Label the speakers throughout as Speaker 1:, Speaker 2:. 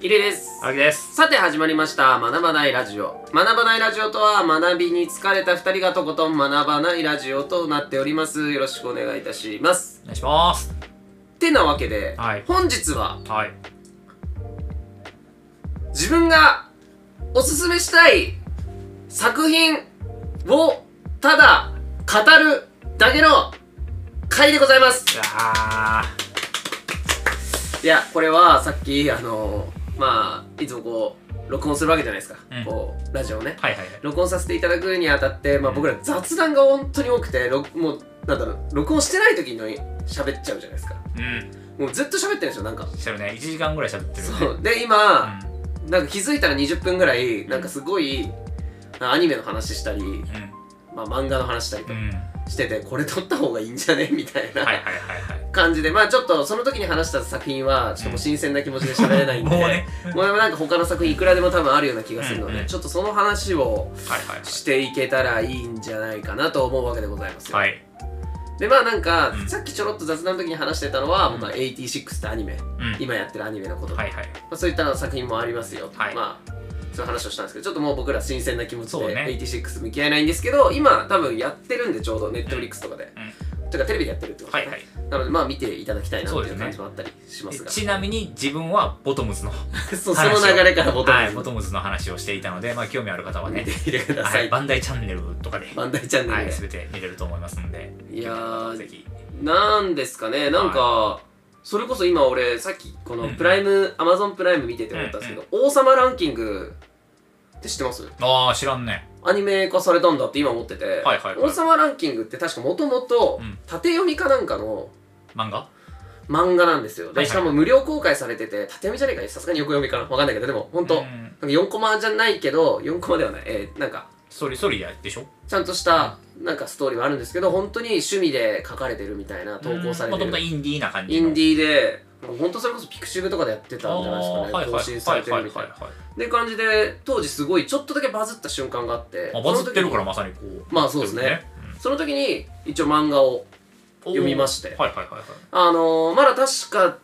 Speaker 1: キリです
Speaker 2: 青木です
Speaker 1: さて始まりました「学ばないラジオ」学ばないラジオとは学びに疲れた2人がとことん学ばないラジオとなっておりますよろしくお願いいたします
Speaker 2: お願いします
Speaker 1: てなわけで、
Speaker 2: はい
Speaker 1: 本日は
Speaker 2: はい
Speaker 1: 自分がおすすめしたい作品をただ語るだけの回でございます
Speaker 2: あ
Speaker 1: いやこれはさっきあのまあいつもこう録音するわけじゃないですか、
Speaker 2: うん
Speaker 1: こうラジオをね
Speaker 2: はいはいはい
Speaker 1: 録音させていただくにあたって、まあ、
Speaker 2: うん
Speaker 1: 僕ら雑談が本当に多くてろもうなんだろう録音してない時に喋っちゃうじゃないですか
Speaker 2: うん
Speaker 1: もうずっと喋ってるんですよなんか
Speaker 2: してるね1時間ぐらい喋ってるよね
Speaker 1: そうで今、なんか気づいたら20分ぐらいなんかすごいアニメの話したり、まあ、漫画の話したり
Speaker 2: う
Speaker 1: と
Speaker 2: んうんうん
Speaker 1: してて、これ撮った方がいいんじゃね みたいな、
Speaker 2: はいはいは
Speaker 1: 感じでまあちょっとその時に話した作品はちょっともう新鮮な気持ちで喋れない
Speaker 2: いはい
Speaker 1: んで
Speaker 2: もうね
Speaker 1: もうなんか他の作品いくらでも多分あるような気がするので、
Speaker 2: うんうん
Speaker 1: ちょっとその話を
Speaker 2: はいはい
Speaker 1: していけたらいいんじゃないかなと思うわけでございますよ、
Speaker 2: はいはい
Speaker 1: でまあなんか、
Speaker 2: うん
Speaker 1: さっきちょろっと雑談の時に話してたのは、
Speaker 2: うん
Speaker 1: 僕は86ってアニメ
Speaker 2: うん
Speaker 1: 今やってるアニメのこと、
Speaker 2: はいはい
Speaker 1: まあ、そういった作品もありますよ、
Speaker 2: はい
Speaker 1: まあそういう話をしたんですけどちょっともう僕ら新鮮な気持ちで
Speaker 2: そうね
Speaker 1: 86向き合えないんですけど今多分やってるんでちょうどネットフリックスとかで、というかテレビでやってるってこと
Speaker 2: は
Speaker 1: ね
Speaker 2: いはい
Speaker 1: なのでまあ見ていただきたいなって
Speaker 2: そ
Speaker 1: い
Speaker 2: うで
Speaker 1: う
Speaker 2: すね
Speaker 1: 感じもあったりしますが
Speaker 2: ちなみに自分はボトムズの
Speaker 1: そうその流れからボト
Speaker 2: はい
Speaker 1: ム
Speaker 2: ボ
Speaker 1: ズ
Speaker 2: トムズの話をしていたのでまあ興味ある方は
Speaker 1: 見
Speaker 2: ね
Speaker 1: てみてくださ、
Speaker 2: はいいバンダイチャンネルとかで
Speaker 1: バンダイチャンネ
Speaker 2: は
Speaker 1: ル
Speaker 2: い
Speaker 1: で、
Speaker 2: 全て見れると思いますので
Speaker 1: いやー
Speaker 2: ぜひ
Speaker 1: なんですかねなんか、それこそ今俺さっきこのプライム、アマゾンプライム見てて思ったんですけど、王様ランキングって知ってます
Speaker 2: ああ知らんね
Speaker 1: アニメ化されたんだって今思ってて、
Speaker 2: はいはいはい
Speaker 1: 王様ランキングって確かもともと
Speaker 2: うん
Speaker 1: 縦読みかなんかの
Speaker 2: 漫画
Speaker 1: 漫画なんですよ
Speaker 2: はいは
Speaker 1: で
Speaker 2: い
Speaker 1: しかも無料公開されてて縦読みじゃねえかねさすがに横読みかなわかんないけどでも本当、
Speaker 2: う
Speaker 1: なんか
Speaker 2: ん
Speaker 1: 4コマじゃないけど4コマではないえーなんか
Speaker 2: ソリソリやでしょ
Speaker 1: ちゃんとしたなんかストーリーはあるんですけど本当に趣味で書かれてるみたいな投稿され
Speaker 2: も
Speaker 1: てる
Speaker 2: ともとインディーな感じ
Speaker 1: インディーで、もう本当それこそピクシブとかでやってたんじゃないですかね、更新されてるみたいな。
Speaker 2: な
Speaker 1: で感じで、当時すごいちょっとだけバズった瞬間があって、
Speaker 2: バズってるかららまさにこう
Speaker 1: まあそうですねその時に一応漫画を、読みまして
Speaker 2: うんはいはいはいはい
Speaker 1: あのー、まだ確か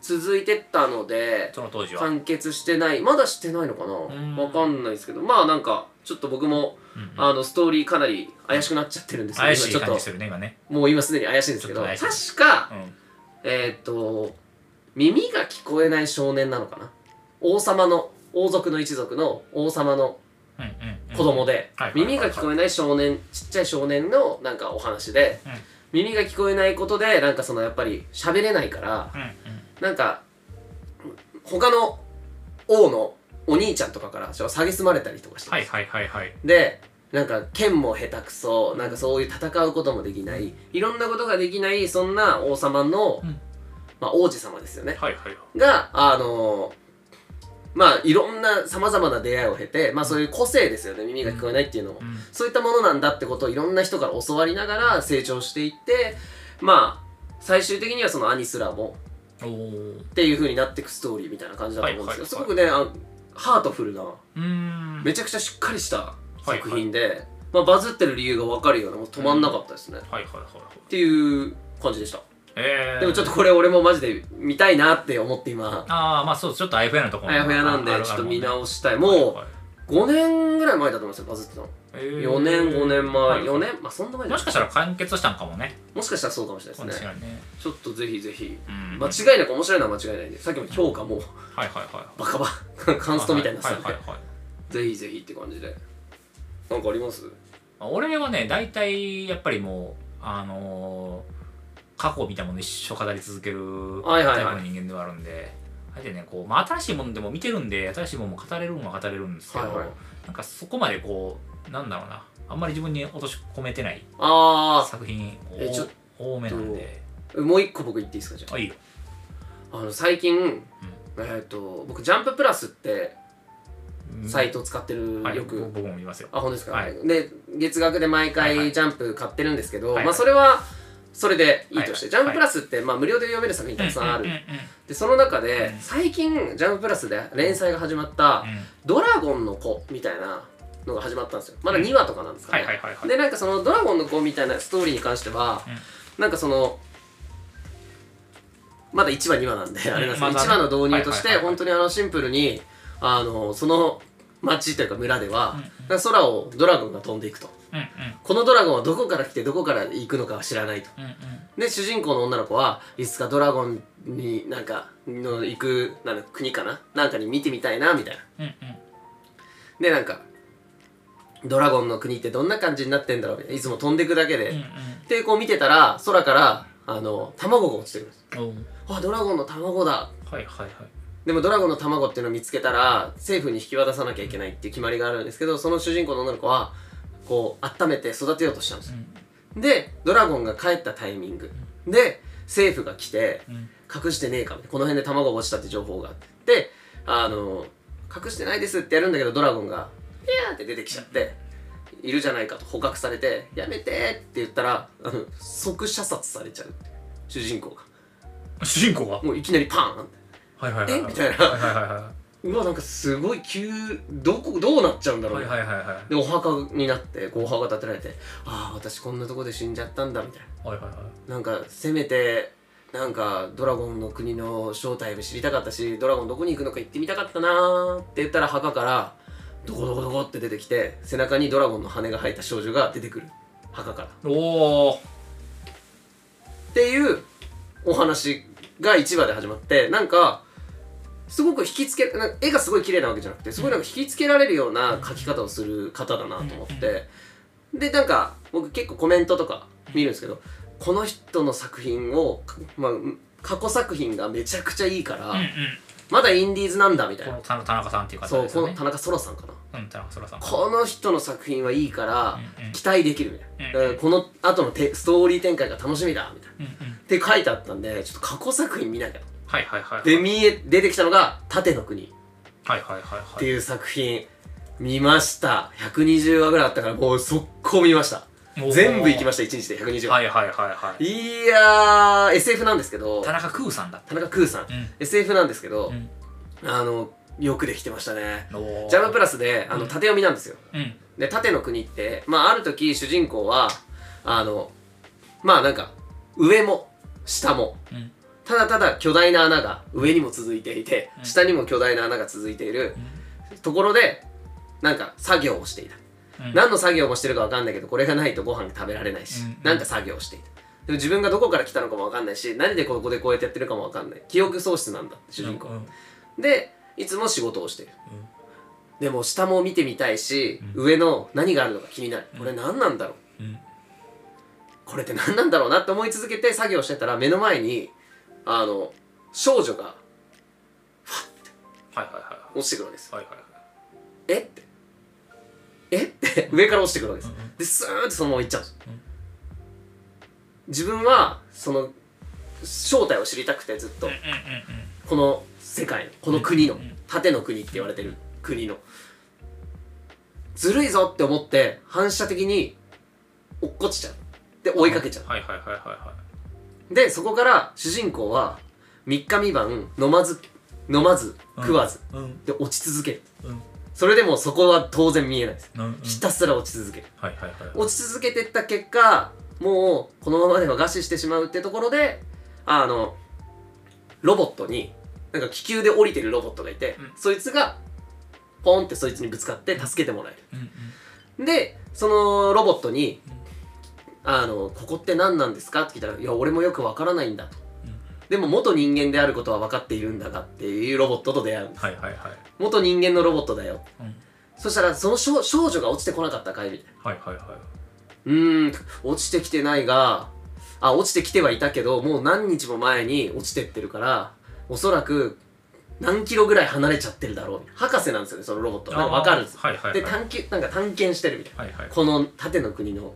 Speaker 1: 続いてったので、
Speaker 2: その当時は
Speaker 1: 完結してない、まだしてないのか
Speaker 2: ん
Speaker 1: なわかんないですけど、まあなんか、ちょっと僕も、
Speaker 2: うんうん
Speaker 1: あの、ストーリーかなり怪しくなっちゃってるんですけど、
Speaker 2: 怪しい
Speaker 1: 今ちょ
Speaker 2: 感
Speaker 1: っ
Speaker 2: じするね今ね
Speaker 1: と、もう今すでに怪しいんですけど、
Speaker 2: ちょっ
Speaker 1: 確
Speaker 2: と怪し
Speaker 1: か、
Speaker 2: うん
Speaker 1: えーっと耳が聞こえない少年なのかな王様の王族の一族の王様の
Speaker 2: うんうんうん
Speaker 1: 子供で
Speaker 2: はいはいはいはい
Speaker 1: 耳が聞こえない少年ちっちゃい少年のなんかお話で、
Speaker 2: うん
Speaker 1: 耳が聞こえないことでなんかそのやっぱり喋れないから
Speaker 2: うんうん
Speaker 1: なんか他の王のお兄ちゃんとかから蔑まれたりとかして、
Speaker 2: はいはいはいはい
Speaker 1: でなんか剣も下手くそなんかそういう戦うこともできないいろんなことができないそんな王様の、
Speaker 2: うん
Speaker 1: まあ、王子様ですよね
Speaker 2: はいはい
Speaker 1: が、あのーまあ、いろんなさまざまな出会いを経て、まあ、そういう個性ですよね耳が聞こえないっていうのも、
Speaker 2: うん
Speaker 1: そういったものなんだってことをいろんな人から教わりながら成長していってまあ最終的にはその兄すらも
Speaker 2: おー
Speaker 1: っていう風になっていくストーリーみたいな感じだと思うんですけど、
Speaker 2: はい
Speaker 1: すごくねあハートフルな
Speaker 2: うーん
Speaker 1: めちゃくちゃしっかりした作品で、まあ、バズってる理由が分かるようなもう止まんなかったですね、っ
Speaker 2: はいはいはいはい
Speaker 1: ていう感じでした
Speaker 2: えー
Speaker 1: でもちょっとこれ俺もマジで見たいなって思って今
Speaker 2: ああまあそうちょっとあやふやなところ
Speaker 1: あやふやなんでちょっと見直したいもう、5年ぐらい前だと思いますよバズってたの4
Speaker 2: 4
Speaker 1: 年5年前4
Speaker 2: 4
Speaker 1: 年まあそんな前じゃな
Speaker 2: もし
Speaker 1: い
Speaker 2: かしたら完結したんかもね
Speaker 1: もしかしたらそうかもしれない
Speaker 2: 確
Speaker 1: ですね
Speaker 2: かにね
Speaker 1: ちょっとぜひぜひ
Speaker 2: うん
Speaker 1: 間違いなく面白いのは間違いないんでさっきも評価も
Speaker 2: はいはいはい
Speaker 1: バカバカカンストみたいにな
Speaker 2: は
Speaker 1: さ
Speaker 2: いはいはいはい
Speaker 1: ぜひぜひって感じでなんかあります
Speaker 2: まあ俺はね大体やっぱりもうあのー過去見たもの一生語り続ける
Speaker 1: はいはい
Speaker 2: タイ
Speaker 1: はい
Speaker 2: プの人間ではあるんで、あれでねこう、まあ、新しいものでも見てるんで新しいものも語れるのは語れるんですけど、
Speaker 1: はいはい
Speaker 2: なんかそこまでこうなんだろうなあんまり自分に落とし込めてない
Speaker 1: あ
Speaker 2: 作品
Speaker 1: えちょっ
Speaker 2: 多めなんで
Speaker 1: あもう一個僕言っていいですかじゃ
Speaker 2: あいいよ
Speaker 1: ああの最近えっと僕ジャンププラスって
Speaker 2: うん
Speaker 1: サイト使ってる
Speaker 2: はい
Speaker 1: よく
Speaker 2: 僕僕も見ますよ
Speaker 1: あ、本当ですか、
Speaker 2: はい
Speaker 1: で、月額で毎
Speaker 2: はいは
Speaker 1: 回
Speaker 2: い
Speaker 1: ジャンプ買ってるんですけど、
Speaker 2: はいはい
Speaker 1: まあそれはそれでいいとして、
Speaker 2: はいは
Speaker 1: ジャンプ
Speaker 2: い
Speaker 1: プラスってまあ無料で読める作品たくさんある。
Speaker 2: うんうん
Speaker 1: で、その中で、
Speaker 2: うん
Speaker 1: 最近ジャンププラスで連載が始まった
Speaker 2: うんうん
Speaker 1: 「ドラゴンの子」みたいなのが始まったんですよ。まだ2話とかなんですか
Speaker 2: は
Speaker 1: ね。
Speaker 2: いはいはいはい
Speaker 1: で、なんかその「ドラゴンの子」みたいなストーリーに関しては、
Speaker 2: うん
Speaker 1: なんかその、まだ1話2話なんであれなんですけど、
Speaker 2: まだね
Speaker 1: 1話の導入とし
Speaker 2: はい
Speaker 1: て
Speaker 2: はいはいはい
Speaker 1: 本当にあのシンプルにあのその町というか村では
Speaker 2: うんうん、
Speaker 1: だから空をドラゴンが飛んでいくと
Speaker 2: うんうん
Speaker 1: このドラゴンはどこから来てどこから行くのかは知らないと
Speaker 2: うんうん
Speaker 1: で主人公の女の子はいつかドラゴンになんかの行くなんだ国かななんかに見てみたいなみたいな
Speaker 2: うん
Speaker 1: でなんかドラゴンの国ってどんな感じになってんだろうみたいないつも飛んでいくだけで、
Speaker 2: うん
Speaker 1: でこう見てたら空からあの卵が落ちてくるんです
Speaker 2: うんうん
Speaker 1: あドラゴンの卵だ
Speaker 2: おうはいはいはい
Speaker 1: でもドラゴンの卵っていうのを見つけたら政府に引き渡さなきゃいけないっていう決まりがあるんですけどその主人公の女の子はこう温めて育てようとしたんですよ
Speaker 2: う
Speaker 1: でドラゴンが帰ったタイミングで政府が来て
Speaker 2: んうん
Speaker 1: 隠してねえかみたいなこの辺で卵が落ちたって情報があってあの隠してないですってやるんだけどドラゴンが「ピャー」って出てきちゃっているじゃないかと捕獲されて「やめて!」って言ったらあの即射殺されちゃう主人公が
Speaker 2: 主人公が
Speaker 1: もういきなりパーンって
Speaker 2: はいはいはい
Speaker 1: え
Speaker 2: は
Speaker 1: み
Speaker 2: い
Speaker 1: たい
Speaker 2: はい
Speaker 1: な
Speaker 2: はいは
Speaker 1: うわなんかすごい急どこどうなっちゃうんだろう
Speaker 2: い
Speaker 1: ね
Speaker 2: はいはいはいはい
Speaker 1: でお墓になってこうお墓が建てられて「ああ私こんなとこで死んじゃったんだ」みたいな。
Speaker 2: はいは
Speaker 1: なんかせめてなんかドラゴンの国の正体を知りたかったしドラゴンどこに行くのか行ってみたかったなーって言ったら墓からどこどこどこって出てきて背中にドラゴンの羽が生えた少女が出てくる墓からっ
Speaker 2: いおお
Speaker 1: ていうお話が1話で始まってなんかすごく引きつけなんか絵がすごい綺麗なわけじゃなくてすごいなんか引きつけられるような描き方をする方だなと思ってでなんか僕結構コメントとか見るんですけどこの人の作品を、かまあ、過去作品がめちゃくちゃいいから、
Speaker 2: うんうん
Speaker 1: まだインディーズなんだみたい
Speaker 2: こ
Speaker 1: な、
Speaker 2: の田中さんっていう方
Speaker 1: そう
Speaker 2: ですよ
Speaker 1: この
Speaker 2: ね
Speaker 1: 田中ソラさんかな
Speaker 2: うん田中そらさん
Speaker 1: この人の作品はいいから
Speaker 2: うんうん
Speaker 1: 期待できるみたいな、
Speaker 2: うん
Speaker 1: だからこの後のてストーリー展開が楽しみだみたいな
Speaker 2: うんうん
Speaker 1: って書いてあったんでちょっと過去作品見なきゃと
Speaker 2: はいはいはい
Speaker 1: で見え出てきたのが「盾の国」
Speaker 2: はいはいはい
Speaker 1: っ
Speaker 2: は
Speaker 1: て
Speaker 2: い
Speaker 1: いう作品見ました120話ぐらいあったからもう速攻見ました
Speaker 2: おー
Speaker 1: 全部行きました1日で120話、
Speaker 2: はいはいはいはい
Speaker 1: いやー SF なんですけど
Speaker 2: 田中空さんだっ
Speaker 1: 田中空さん
Speaker 2: たうん
Speaker 1: SF なんですけど
Speaker 2: う、ん
Speaker 1: あのよくできてましたね
Speaker 2: おー
Speaker 1: ジャムプラスであ
Speaker 2: う
Speaker 1: の
Speaker 2: ん
Speaker 1: 縦読みなんですよ
Speaker 2: うん
Speaker 1: で縦の国ってまあある時主人公はあのまあなんか上も下も
Speaker 2: うん
Speaker 1: ただただ巨大な穴が上にも続いていて
Speaker 2: うん
Speaker 1: 下にも巨大な穴が続いている
Speaker 2: う
Speaker 1: ところでなんか作業をしていた
Speaker 2: んうん
Speaker 1: 何の作業もしてるか分かんないけどこれがないとご飯食べられないし、
Speaker 2: うんうん
Speaker 1: なんか作業をしていたでも自分がどこから来たのかも分かんないし何でここでこうやってやってるかも分かんない記憶喪失なんだ主人公、
Speaker 2: うんうん
Speaker 1: でいつも仕事をしているでも下も見てみたいし、上の何があるのか気になる
Speaker 2: うん
Speaker 1: これ何なんだろう
Speaker 2: うん
Speaker 1: これって何なんだろうなって思い続けて作業してたら目の前にあの少女が
Speaker 2: はいはいはい
Speaker 1: 落ちてくるわけですよ
Speaker 2: はいはい
Speaker 1: えってえって 上から落ちてくるわけです
Speaker 2: うんうん
Speaker 1: でスーンってそのまま行っちゃうんです、
Speaker 2: うん
Speaker 1: 自分はその正体を知りたくてずっとこの世界のこの国の
Speaker 2: うんうん
Speaker 1: 盾の国って言われてる国のずるいぞって思って反射的に落っこちちゃうで追いかけちゃ
Speaker 2: はいはいはいはいは
Speaker 1: うでそこから主人公は3日3晩飲まず飲まず
Speaker 2: い
Speaker 1: 食わず
Speaker 2: うん
Speaker 1: で落ち続ける
Speaker 2: うん
Speaker 1: それでもそこは当然見えないです
Speaker 2: うんうん
Speaker 1: ひたすら落ち続ける
Speaker 2: はいはいはい
Speaker 1: 落ち続けてった結果もうこのままでは餓死してしまうってところであのロボットになんか気球で降りてるロボットがいて、
Speaker 2: うん
Speaker 1: そいつがポンってそいつにぶつかって助けてもらえ
Speaker 2: うんう
Speaker 1: る
Speaker 2: ん
Speaker 1: でそのロボットに
Speaker 2: うん
Speaker 1: 「あのここって何なんですか?」って聞いたら「いや俺もよくわからないんだ」と
Speaker 2: うん。
Speaker 1: でも元人間であることは分かっているんだがっていうロボットと出会うんです
Speaker 2: はいはいはい
Speaker 1: 元人間のロボットだよ
Speaker 2: うん
Speaker 1: そしたらその少少女が落ちてこなかったかいみたいな
Speaker 2: はいはいはいう
Speaker 1: ーん落ちてきてないがあ落ちてきてはいたけどもう何日も前に落ちてってるからおそらく何キロぐらい離れちゃってるだろう博士なんですよねそのロボットなんか分かるんです
Speaker 2: はいはいはい
Speaker 1: で探求なんか探検してるみたい
Speaker 2: はいはい
Speaker 1: なこの盾の国の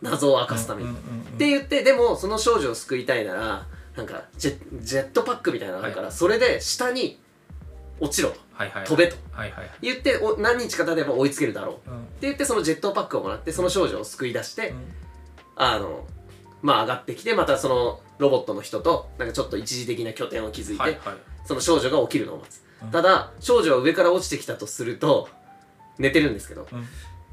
Speaker 1: 謎を明かすために、
Speaker 2: うん
Speaker 1: っ
Speaker 2: うんうん
Speaker 1: て言ってでもその少女を救いたいならなんかジェジェットパックみたいなのがあるから、
Speaker 2: はい
Speaker 1: それで下に落ちろと
Speaker 2: はいはいはい
Speaker 1: 飛べと
Speaker 2: はいはいはい
Speaker 1: 言ってお何日か経てば追いつけるだろうって
Speaker 2: うん
Speaker 1: 言ってそのジェットパックをもらってその少女を救い出して、
Speaker 2: うん
Speaker 1: あのまあ上がってきてまたそのロボットの人となんかちょっと一時的な拠点を築いて、
Speaker 2: はいはい
Speaker 1: その少女が起きるのを待つ、
Speaker 2: うん
Speaker 1: ただ少女は上から落ちてきたとすると寝てるんですけど
Speaker 2: うん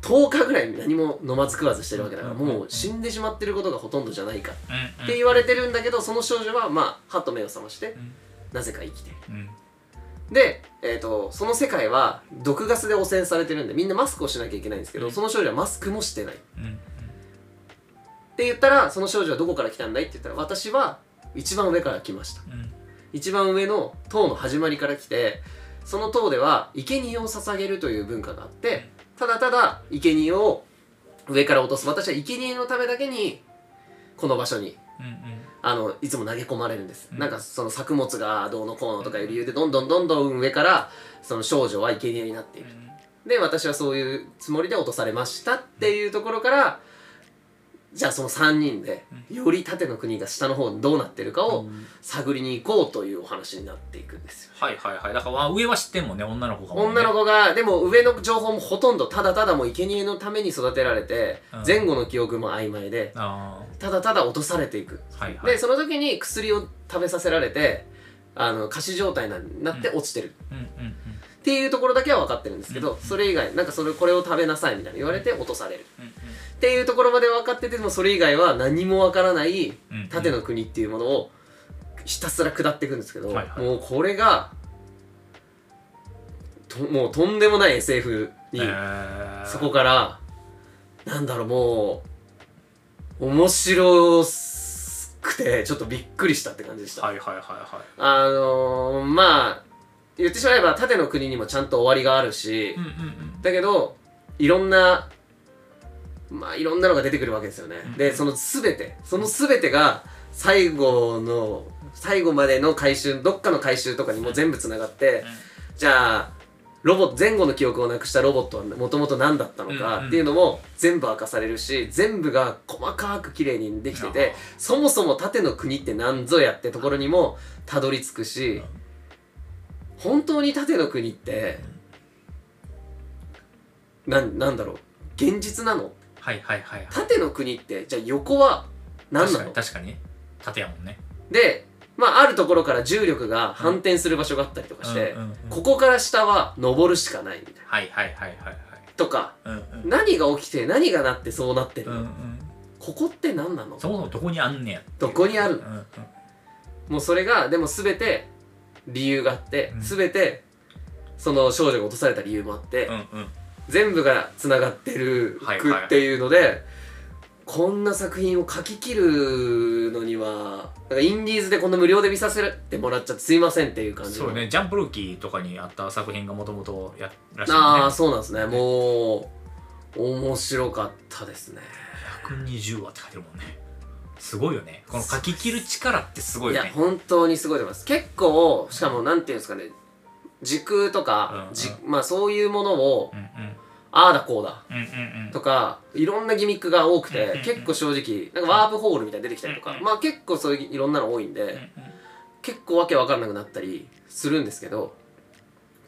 Speaker 1: 10日ぐらい何も飲まず食わずしてるわけだから
Speaker 2: うんうんうん
Speaker 1: もう死んでしまってることがほとんどじゃないかっ
Speaker 2: うん
Speaker 1: て言われてるんだけどその少女はまあはっと目を覚まして
Speaker 2: うん
Speaker 1: なぜか生きてる
Speaker 2: うん
Speaker 1: で、えー、とその世界は毒ガスで汚染されてるんでみんなマスクをしなきゃいけないんですけど、
Speaker 2: うん
Speaker 1: その少女はマスクもしてないっ
Speaker 2: うんうん
Speaker 1: て言ったらその少女はどこから来たんだいって言ったら私は一番上から来ました
Speaker 2: うん
Speaker 1: 一番上の塔の始まりから来てその塔では生贄を捧げるという文化があってただただ生贄を上から落とす私は生贄のためだけにこの場所に
Speaker 2: うん
Speaker 1: あのいつも投げ込まれるんです、
Speaker 2: うん
Speaker 1: なんかその作物がどうのこうのとかいう理由でどんどんどんどん上からその少女は生贄になっているで私はそういうつもりで落とされましたっていうところからじゃあその3人でより縦の国が下の方にどうなってるか
Speaker 2: う
Speaker 1: を
Speaker 2: ん
Speaker 1: 探りに行こうというお話になっていくんですよ
Speaker 2: はいはいはいだからまあ上は知ってんもんね女の子がもんね
Speaker 1: 女の子がでも上の情報もほとんどただただもう生贄のために育てられて
Speaker 2: うん
Speaker 1: 前後の記憶も曖昧で
Speaker 2: あ
Speaker 1: ただただ落とされていく
Speaker 2: あはいはい
Speaker 1: でその時に薬を食べさせられてあの仮死状態になって落ちてる
Speaker 2: うんうんうん
Speaker 1: っていうところだけは分かってるんですけど
Speaker 2: うん
Speaker 1: それ以外なんかそれこれを食べなさいみたいな言われて落とされる
Speaker 2: うん
Speaker 1: っていうところまで分かっててでもそれ以外は何も分からない
Speaker 2: うんうん
Speaker 1: 縦の国っていうものをひたすら下っていくんですけど、
Speaker 2: はいはい
Speaker 1: もうこれがともうとんでもない SF
Speaker 2: え
Speaker 1: に、
Speaker 2: ー
Speaker 1: そこからなんだろうもう面白くてちょっとびっくりしたって感じでした、
Speaker 2: はいはいはいは
Speaker 1: あのー、まあ言ってしまえば縦の国にもちゃんと終わりがあるし
Speaker 2: い、うんうんうん
Speaker 1: だけどいろんなまあいろんなのが出てくるわけですよね、
Speaker 2: うん
Speaker 1: でその全てその全てが最後の最後までの回収どっかの回収とかにも全部つながって、じゃあロボ前後の記憶をなくしたロボットはもともと何だったの
Speaker 2: うんう
Speaker 1: か
Speaker 2: ん
Speaker 1: っていうのも全部明かされるし全部が細かく綺麗にできててそもそも縦の国って何ぞやってところにもたどり着くし本当に縦の国ってなんなんだろう現実なの
Speaker 2: はいはいはいはい
Speaker 1: 縦の国ってじゃあ横は何
Speaker 2: 確
Speaker 1: な
Speaker 2: かに
Speaker 1: の
Speaker 2: 確かにね縦やもんね
Speaker 1: で、まあ、あるところから重力が反転する場所があったりとかして、
Speaker 2: うんうんうん
Speaker 1: ここから下は登るしかないみたいな
Speaker 2: はいはいはいはいはい
Speaker 1: とか
Speaker 2: うんうん
Speaker 1: 何が起きて何がなってそうなってる
Speaker 2: う
Speaker 1: の、
Speaker 2: んうん
Speaker 1: ここって何なの
Speaker 2: そもそもどこにあんねや
Speaker 1: どこにあ
Speaker 2: う
Speaker 1: る
Speaker 2: ん
Speaker 1: の
Speaker 2: うん
Speaker 1: もうそれがでも全て理由があって、
Speaker 2: うん
Speaker 1: 全てその少女が落とされた理由もあって、
Speaker 2: うんうん
Speaker 1: 全部がつながってる
Speaker 2: はい
Speaker 1: く
Speaker 2: はい
Speaker 1: っていうので、こんな作品を書き切るのにはなんかインディーズでこんな無料で見させてもらっちゃってすいませんっていう感じの
Speaker 2: そうね、ジャンプルーキーとかにあった作品がもともとやらしい
Speaker 1: あ
Speaker 2: よ
Speaker 1: あ
Speaker 2: ね。
Speaker 1: そうなんですねもう面白かったですね
Speaker 2: 120話って書いてるもんね。すごいよね。この書き切る力ってすごい
Speaker 1: い
Speaker 2: よ
Speaker 1: や
Speaker 2: ね。
Speaker 1: 本当にすごいと思います結構しかもなんていうんですかね時空とか、
Speaker 2: うん
Speaker 1: じまあそういうものを
Speaker 2: うんうん
Speaker 1: ああだこうだ
Speaker 2: うんうんうん
Speaker 1: とかいろんなギミックが多く
Speaker 2: うんうんう
Speaker 1: て
Speaker 2: ん
Speaker 1: 結構正直なんかワープホールみたいに出てきたりと
Speaker 2: うん
Speaker 1: か
Speaker 2: うん
Speaker 1: まあ結構そういういろんなの多いん
Speaker 2: うん
Speaker 1: で
Speaker 2: うん。
Speaker 1: 結構わけわかんなくなったりするんですけど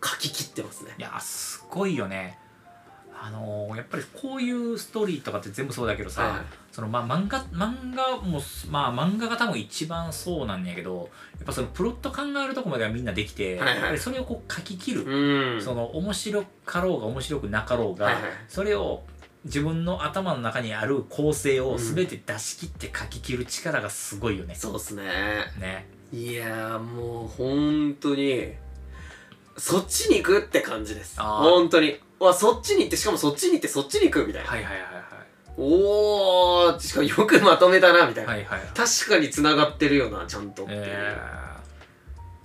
Speaker 1: 書き切ってますね
Speaker 2: いや、すごいよね。あのーやっぱりこういうストーリーとかって全部そうだけどさ、
Speaker 1: はい
Speaker 2: そのまあ漫画漫画もまあ漫画が多分一番そうなんやけどやっぱそのプロット考えるとこまではみんなできて、
Speaker 1: はいはい
Speaker 2: やっぱりそれをこう書き切る
Speaker 1: うーん
Speaker 2: その面白かろうが面白くなかろうが、
Speaker 1: はいはい
Speaker 2: それを自分の頭の中にある構成を全て出し切って書き切る力がすごいよね。
Speaker 1: そうっすね
Speaker 2: ね。
Speaker 1: いやーもう本当にそっちに行くって感じです
Speaker 2: あー
Speaker 1: 本当にうわそっちに行ってしかもそっちに行ってそっちに行くみたいな、
Speaker 2: はいはいはいは
Speaker 1: おーしかもよくまとめたなみたいな、
Speaker 2: い。はいはい。
Speaker 1: 確かにつながってるよなちゃんとっていう、
Speaker 2: え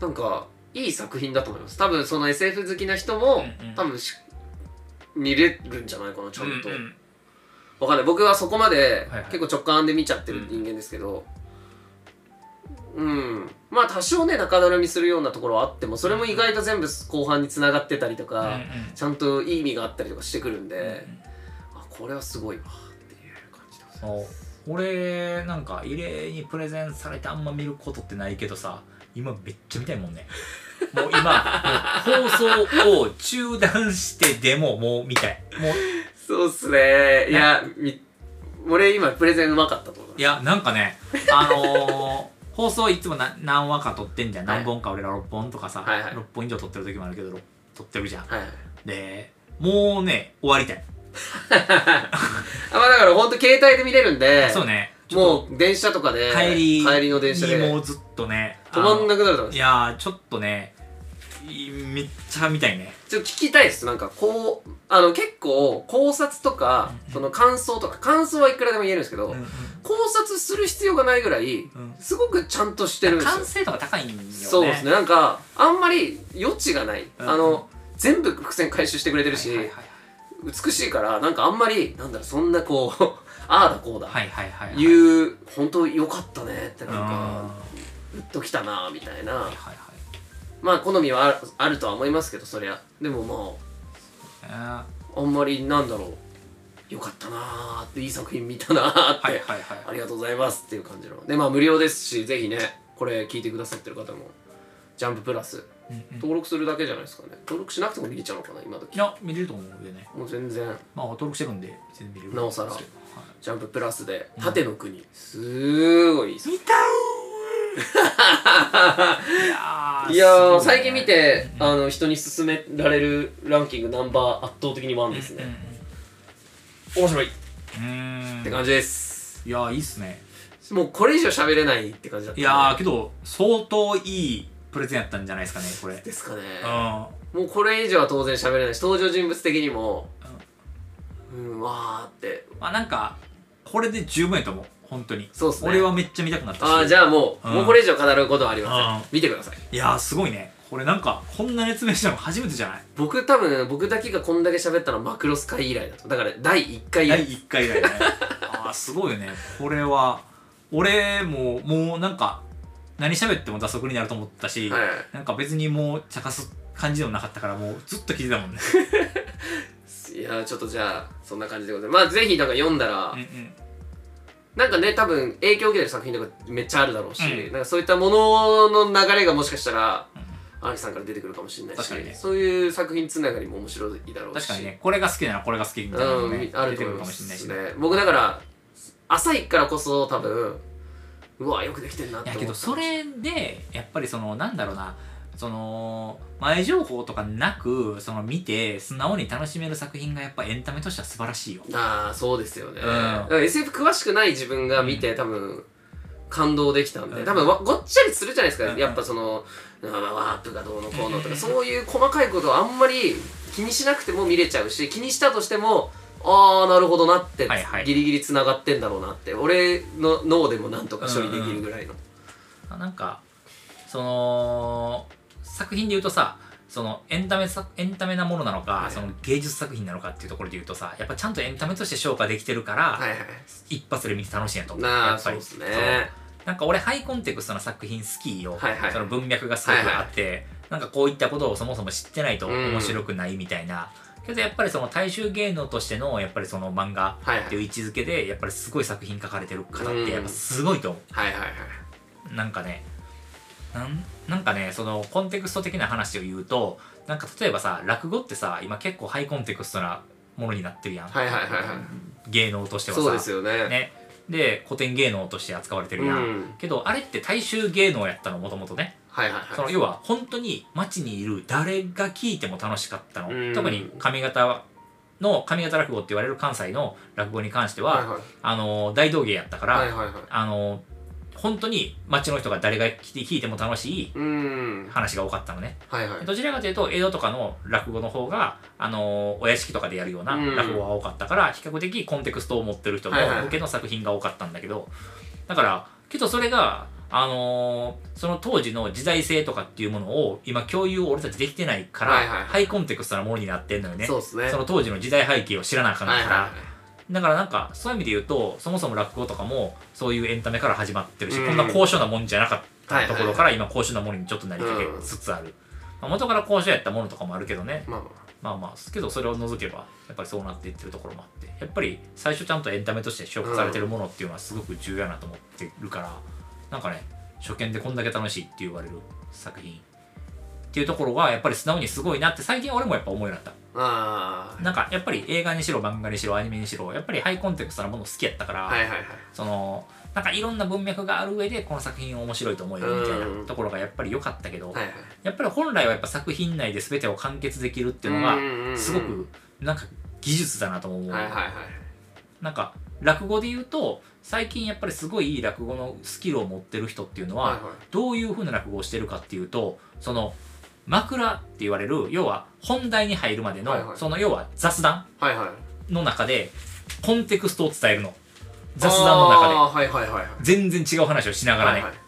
Speaker 1: なんかいい作品だと思います多分その SF 好きな人も、
Speaker 2: うんうん
Speaker 1: 多分し見れるんじゃないかなち
Speaker 2: ー、
Speaker 1: ゃんと、
Speaker 2: う
Speaker 1: わ
Speaker 2: んうん
Speaker 1: かんない僕はそこまで、
Speaker 2: はいはい
Speaker 1: 結構直感で見ちゃってる人間ですけどうん、まあ多少ね中だるみするようなところはあってもそれも意外と全部後半につながってたりとか、
Speaker 2: うんうん
Speaker 1: ちゃんといい意味があったりとかしてくるんで、
Speaker 2: うん
Speaker 1: あこれはすごいわっていう感じでございます
Speaker 2: そう俺なんか異例にプレゼンされてあんま見ることってないけどさ今めっちゃ見たいもんね。もう今もう放送を中断してでももう見たい。もう
Speaker 1: そうっすねいやみ俺今プレゼンうまかったと思います
Speaker 2: いや、なんかね、あのー放送いつもな何話か撮ってんじゃん。
Speaker 1: はい
Speaker 2: 何本か俺ら6本とかさ、
Speaker 1: はいはい
Speaker 2: 6本以上撮ってる時もあるけど、ろ撮ってるじゃん。
Speaker 1: はいはい
Speaker 2: で、もうね、終わりたい。
Speaker 1: あまあだから本当携帯で見れるんで
Speaker 2: そうね
Speaker 1: もう電車とかで
Speaker 2: 帰り
Speaker 1: の電車で
Speaker 2: にも
Speaker 1: 止
Speaker 2: うずっとね
Speaker 1: まんなくなると思いま
Speaker 2: あの
Speaker 1: す
Speaker 2: いやーちょっとねいめっちゃ見たいね
Speaker 1: ちょっと聞きたいですなんかこうあの結構考察とか
Speaker 2: うん
Speaker 1: その感想とか感想はいくらでも言えるんですけど、
Speaker 2: うんうん
Speaker 1: 考察する必要がないぐらい
Speaker 2: うん
Speaker 1: すごくちゃんとしてるんですよ
Speaker 2: 完成度が高いんよね
Speaker 1: そうですねなんかあんまり余地がない、
Speaker 2: うん
Speaker 1: あの全部伏線回収してくれてるし、
Speaker 2: はいはいはい
Speaker 1: 美しいからなんかあんまりなんだろうそんなこう ああだこうだ、
Speaker 2: はいはいはいはい
Speaker 1: い、
Speaker 2: うん
Speaker 1: う本当よかったねってなん
Speaker 2: は
Speaker 1: かグッときたなみたいない
Speaker 2: はいはい
Speaker 1: まあ好みはあるあるとは思いますけどそりゃでもま
Speaker 2: あ
Speaker 1: ああんまりなんだろうよかったなーっていい作品見たなーって、
Speaker 2: はいはいはい
Speaker 1: ありがとうございますっていう感じのでまあ無料ですしぜひねこれ聞いてくださってる方もジャンププラス
Speaker 2: うんうん
Speaker 1: 登録するだけじゃないですかね登録しなくても見れちゃうのかな今時
Speaker 2: いや見れると思うんでね
Speaker 1: もう全然
Speaker 2: まあ登録してるんで全然見れる
Speaker 1: なおさら
Speaker 2: はい
Speaker 1: ジャンププラスで「縦の国」すーごいいいっす
Speaker 2: 見たー
Speaker 1: いやー
Speaker 2: すごいね
Speaker 1: 最近見て
Speaker 2: うんうん
Speaker 1: あの人に勧められるランキングナンバー圧倒的にワンですね面白いっ
Speaker 2: うんうんうんうーん
Speaker 1: て感じです
Speaker 2: いやーいいっすね
Speaker 1: もうこれ以上喋れないって感じだった
Speaker 2: いやーけど相当いいプレゼンやったんじゃないですかねこれ
Speaker 1: ですかね
Speaker 2: うん
Speaker 1: もうこれ以上は当然喋れないし登場人物的にもうんわーって
Speaker 2: まあなんかこれで十分やと思う本当に
Speaker 1: そうっすね
Speaker 2: 俺はめっちゃ見たくなったし
Speaker 1: ああじゃあもう、
Speaker 2: うん
Speaker 1: もうこれ以上語ることはありま
Speaker 2: うん
Speaker 1: せん見てください
Speaker 2: いやーすごいねこれなんかこんな熱弁したの 初めてじゃない
Speaker 1: 僕多分僕だけがこんだけ喋ったのはマクロス会以来だとだから第1回以
Speaker 2: 第
Speaker 1: 来
Speaker 2: 1回以 来ねああすごいよねこれは俺ももうなんか何喋っても打足になると思ったし、
Speaker 1: はい
Speaker 2: なんか別にもう茶化す感じでもなかったからもうずっと聞いてたもん ね
Speaker 1: いやーちょっとじゃあそんな感じでございますまあぜひなんか読んだら、
Speaker 2: うんうん
Speaker 1: なんかね多分影響を受けてる作品とかめっちゃあるだろうし、
Speaker 2: うん
Speaker 1: なんかそういったものの流れがもしかしたら
Speaker 2: うん
Speaker 1: 荒木さんから出てくるかもしれないし
Speaker 2: 確かにね
Speaker 1: そういう作品つながりも面白いだろうし
Speaker 2: 確かにねこれが好きならこれが好きみたいなの
Speaker 1: う
Speaker 2: も
Speaker 1: ん、
Speaker 2: ね、
Speaker 1: ある
Speaker 2: 出
Speaker 1: と
Speaker 2: てく
Speaker 1: 思い
Speaker 2: る
Speaker 1: ま
Speaker 2: かもしれないし
Speaker 1: す
Speaker 2: ね
Speaker 1: ね僕だから浅いからこそ多分うわよくできてんなって
Speaker 2: いや
Speaker 1: 思った
Speaker 2: けどそれでやっぱりそのなんだろうなその前情報とかなくその見て素直に楽しめる作品がやっぱエンタメとしては素晴らしいよ
Speaker 1: ああそうですよね、
Speaker 2: うん
Speaker 1: だから SF 詳しくない自分が見て、多分感動できたんで、
Speaker 2: うん
Speaker 1: 多分わごっちゃりするじゃないですか、
Speaker 2: うん
Speaker 1: やっぱそのワープがどうのこうのとか、
Speaker 2: うん
Speaker 1: そういう細かいことをあんまり気にしなくても見れちゃうし気にしたとしてもああなるほどなって、
Speaker 2: はいはい
Speaker 1: ギリギリつながってんだろうなって俺の脳でもなんとか処理できるぐらいの、
Speaker 2: あなんかその作品で言うとさそのエンタメさエンタメなものなのか、
Speaker 1: はい
Speaker 2: その芸術作品なのかっていうところで言うとさやっぱちゃんとエンタメとして消化できてるから、
Speaker 1: はいはい
Speaker 2: 一発で見て楽しいんやと思う
Speaker 1: な
Speaker 2: や
Speaker 1: あ
Speaker 2: っぱ
Speaker 1: そう
Speaker 2: り
Speaker 1: ですね
Speaker 2: そうなんか俺ハイコンテクストな作品好きよ、
Speaker 1: はいはい
Speaker 2: その文脈がすごくあって、なんかこういったことをそもそも知ってないと
Speaker 1: うん
Speaker 2: 面白くないみたいな、けどやっぱりその大衆芸能としてのやっぱりその漫画
Speaker 1: はいはい
Speaker 2: っていう位置づけでやっぱりすごい作品書かれてる方っ
Speaker 1: うん
Speaker 2: てやっぱすごいと思、
Speaker 1: はいはいはいう
Speaker 2: なんかねなんなんかねそのコンテクスト的な話を言うとなんか例えばさ落語ってさ今結構ハイコンテクストなものになってるやん、
Speaker 1: はいはいはいはい
Speaker 2: 芸能としてはさ
Speaker 1: そうですよね
Speaker 2: ね、で古典芸能として扱われて
Speaker 1: う
Speaker 2: るやん、
Speaker 1: ん
Speaker 2: けどあれって大衆芸能やったのもともとね、
Speaker 1: はいはいはい
Speaker 2: その要は本当に街にいる誰が聞いても楽しかったの、
Speaker 1: うん
Speaker 2: 特に上方の上方落語って言われる関西の落語に関しては、
Speaker 1: はいはい
Speaker 2: あの大道芸やったから、
Speaker 1: はいはいはい
Speaker 2: あの本当に街の人が誰が聞いて聞いても楽しいう
Speaker 1: ーん
Speaker 2: 話が多かったのね
Speaker 1: はいはい
Speaker 2: どちらかというと江戸とかの落語の方が、あのお屋敷とかでやるような
Speaker 1: うん
Speaker 2: 落語が多かったから、比較的コンテクストを持ってる人の
Speaker 1: はいはい
Speaker 2: 受けの作品が多かったんだけどだからけどそれが、あのその当時の時代性とかっていうものを今共有を俺たちできてないから、
Speaker 1: はいはい
Speaker 2: ハイコンテクストなものになってんのよね
Speaker 1: そうですね
Speaker 2: の当時の時代背景を知らなあかんから、
Speaker 1: はいはいはい
Speaker 2: だからなんかそういう意味で言うとそもそも落語とかもそういうエンタメから始まってるし、
Speaker 1: うん
Speaker 2: こんな高尚なもんじゃなかったところから今高尚なものにちょっとなりかけつつある、まあ、元から高尚やったものとかもあるけどね
Speaker 1: まあま
Speaker 2: まあまあけどそれを除けばやっぱりそうなっていってるところもあってやっぱり最初ちゃんとエンタメとして消化されてるものっていうのはすごく重要やなと思ってるから、なんかね初見でこんだけ楽しいって言われる作品っていうところがやっぱり素直にすごいなって最近俺もやっぱ思うようになった
Speaker 1: ああ
Speaker 2: なんかやっぱり映画にしろ漫画にしろアニメにしろやっぱりハイコンテクストなもの好きやったから、
Speaker 1: はいはいはい
Speaker 2: そのなんかいろんな文脈がある上でこの作品を面白いと思えるみたいな
Speaker 1: うん
Speaker 2: ところがやっぱり良かったけど、
Speaker 1: はいはい
Speaker 2: やっぱり本来はやっぱ作品内で全てを完結できるっていうのが
Speaker 1: んんん
Speaker 2: すごくなんか技術だなとも思う、
Speaker 1: はいはいはい
Speaker 2: なんか落語で言うと最近やっぱりすごいいい落語のスキルを持ってる人っていうの
Speaker 1: は
Speaker 2: は、
Speaker 1: いは
Speaker 2: どういうふうな落語をしてるかっていうとその枕って言われる要は本題に入るまでの、
Speaker 1: はいはい
Speaker 2: その要は雑談
Speaker 1: いはいはい
Speaker 2: の中でコンテクストを伝えるの雑談の中で
Speaker 1: あーはいはいはいはい
Speaker 2: 全然違う話をしながらね、
Speaker 1: はいはい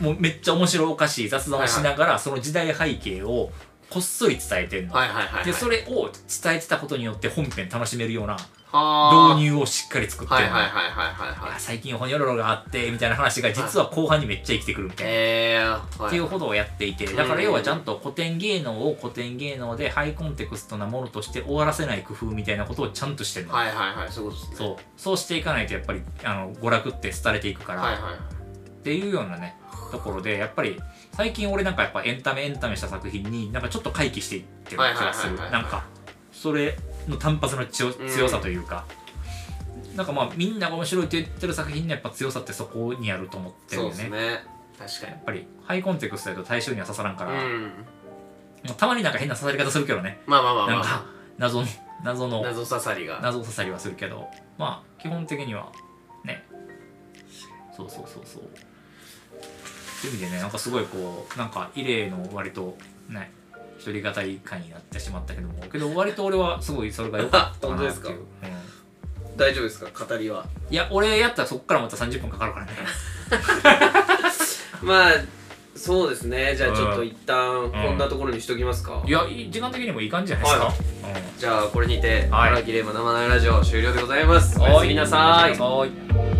Speaker 2: もうめっちゃ面白おかしい雑談をしながら、その時代背景をこっそり伝えてるの、
Speaker 1: はいはいはいはい
Speaker 2: でそれを伝えてたことによって本編楽しめるような
Speaker 1: はー
Speaker 2: 導入をしっかり作って
Speaker 1: はい
Speaker 2: る
Speaker 1: は
Speaker 2: の、
Speaker 1: いはいはいはい
Speaker 2: い
Speaker 1: は
Speaker 2: や
Speaker 1: い
Speaker 2: 最近ほにょろろがあってみたいな話が実は後半にめっちゃ生きてくるみたいな、
Speaker 1: えーはい
Speaker 2: っていうほどをやっていて、
Speaker 1: ん
Speaker 2: だから要はちゃんと古典芸能を古典芸能でハイコンテクストなものとして終わらせない工夫みたいなことをちゃんとしてるの、
Speaker 1: はいはいはいそういうことですね
Speaker 2: そうそうしていかないとやっぱりあの娯楽って廃れていくから、
Speaker 1: はいはい
Speaker 2: っていうようなねところでやっぱり最近俺なんかやっぱエンタメエンタメした作品になんかちょっと回帰していってる気がする
Speaker 1: はいはいはいはい
Speaker 2: なんかそれの単発の強強さというか、なんかまあみんなが面白いって言ってる作品のやっぱ強さってそこにあると思ってる
Speaker 1: そう
Speaker 2: よ
Speaker 1: です
Speaker 2: ね
Speaker 1: ね確か
Speaker 2: やっぱりハイコンテクストだと対象には刺さらんから、
Speaker 1: にう
Speaker 2: も
Speaker 1: ん
Speaker 2: うたまになんか変な刺さり方するけどね
Speaker 1: まあまあまあ
Speaker 2: なん
Speaker 1: ま
Speaker 2: か謎の謎
Speaker 1: あ
Speaker 2: の
Speaker 1: 謎刺さりが
Speaker 2: 謎刺さりはするけどまあ基本的にはねそうそうそうそうそういう意味でねなんかすごいこうなんか異例の割とね一人語り会になってしまったけどもけど割と俺はすごいそれが良かったかなっていう、
Speaker 1: 本
Speaker 2: うん
Speaker 1: 大丈夫ですか語りはい
Speaker 2: や俺やったらそっからまた30分かかるからね
Speaker 1: まあそうですねじゃあちょっと
Speaker 2: うん
Speaker 1: 一旦こんなところにしときますか
Speaker 2: いやいい時間的にもいい感じじゃないですか、
Speaker 1: は
Speaker 2: うん
Speaker 1: じゃあこれにて
Speaker 2: はい
Speaker 1: 荒木玲馬生のラジオ終了でございますお
Speaker 2: お
Speaker 1: や
Speaker 2: や
Speaker 1: す
Speaker 2: す
Speaker 1: み
Speaker 2: み
Speaker 1: な
Speaker 2: な
Speaker 1: さ
Speaker 2: さ
Speaker 1: い
Speaker 2: い。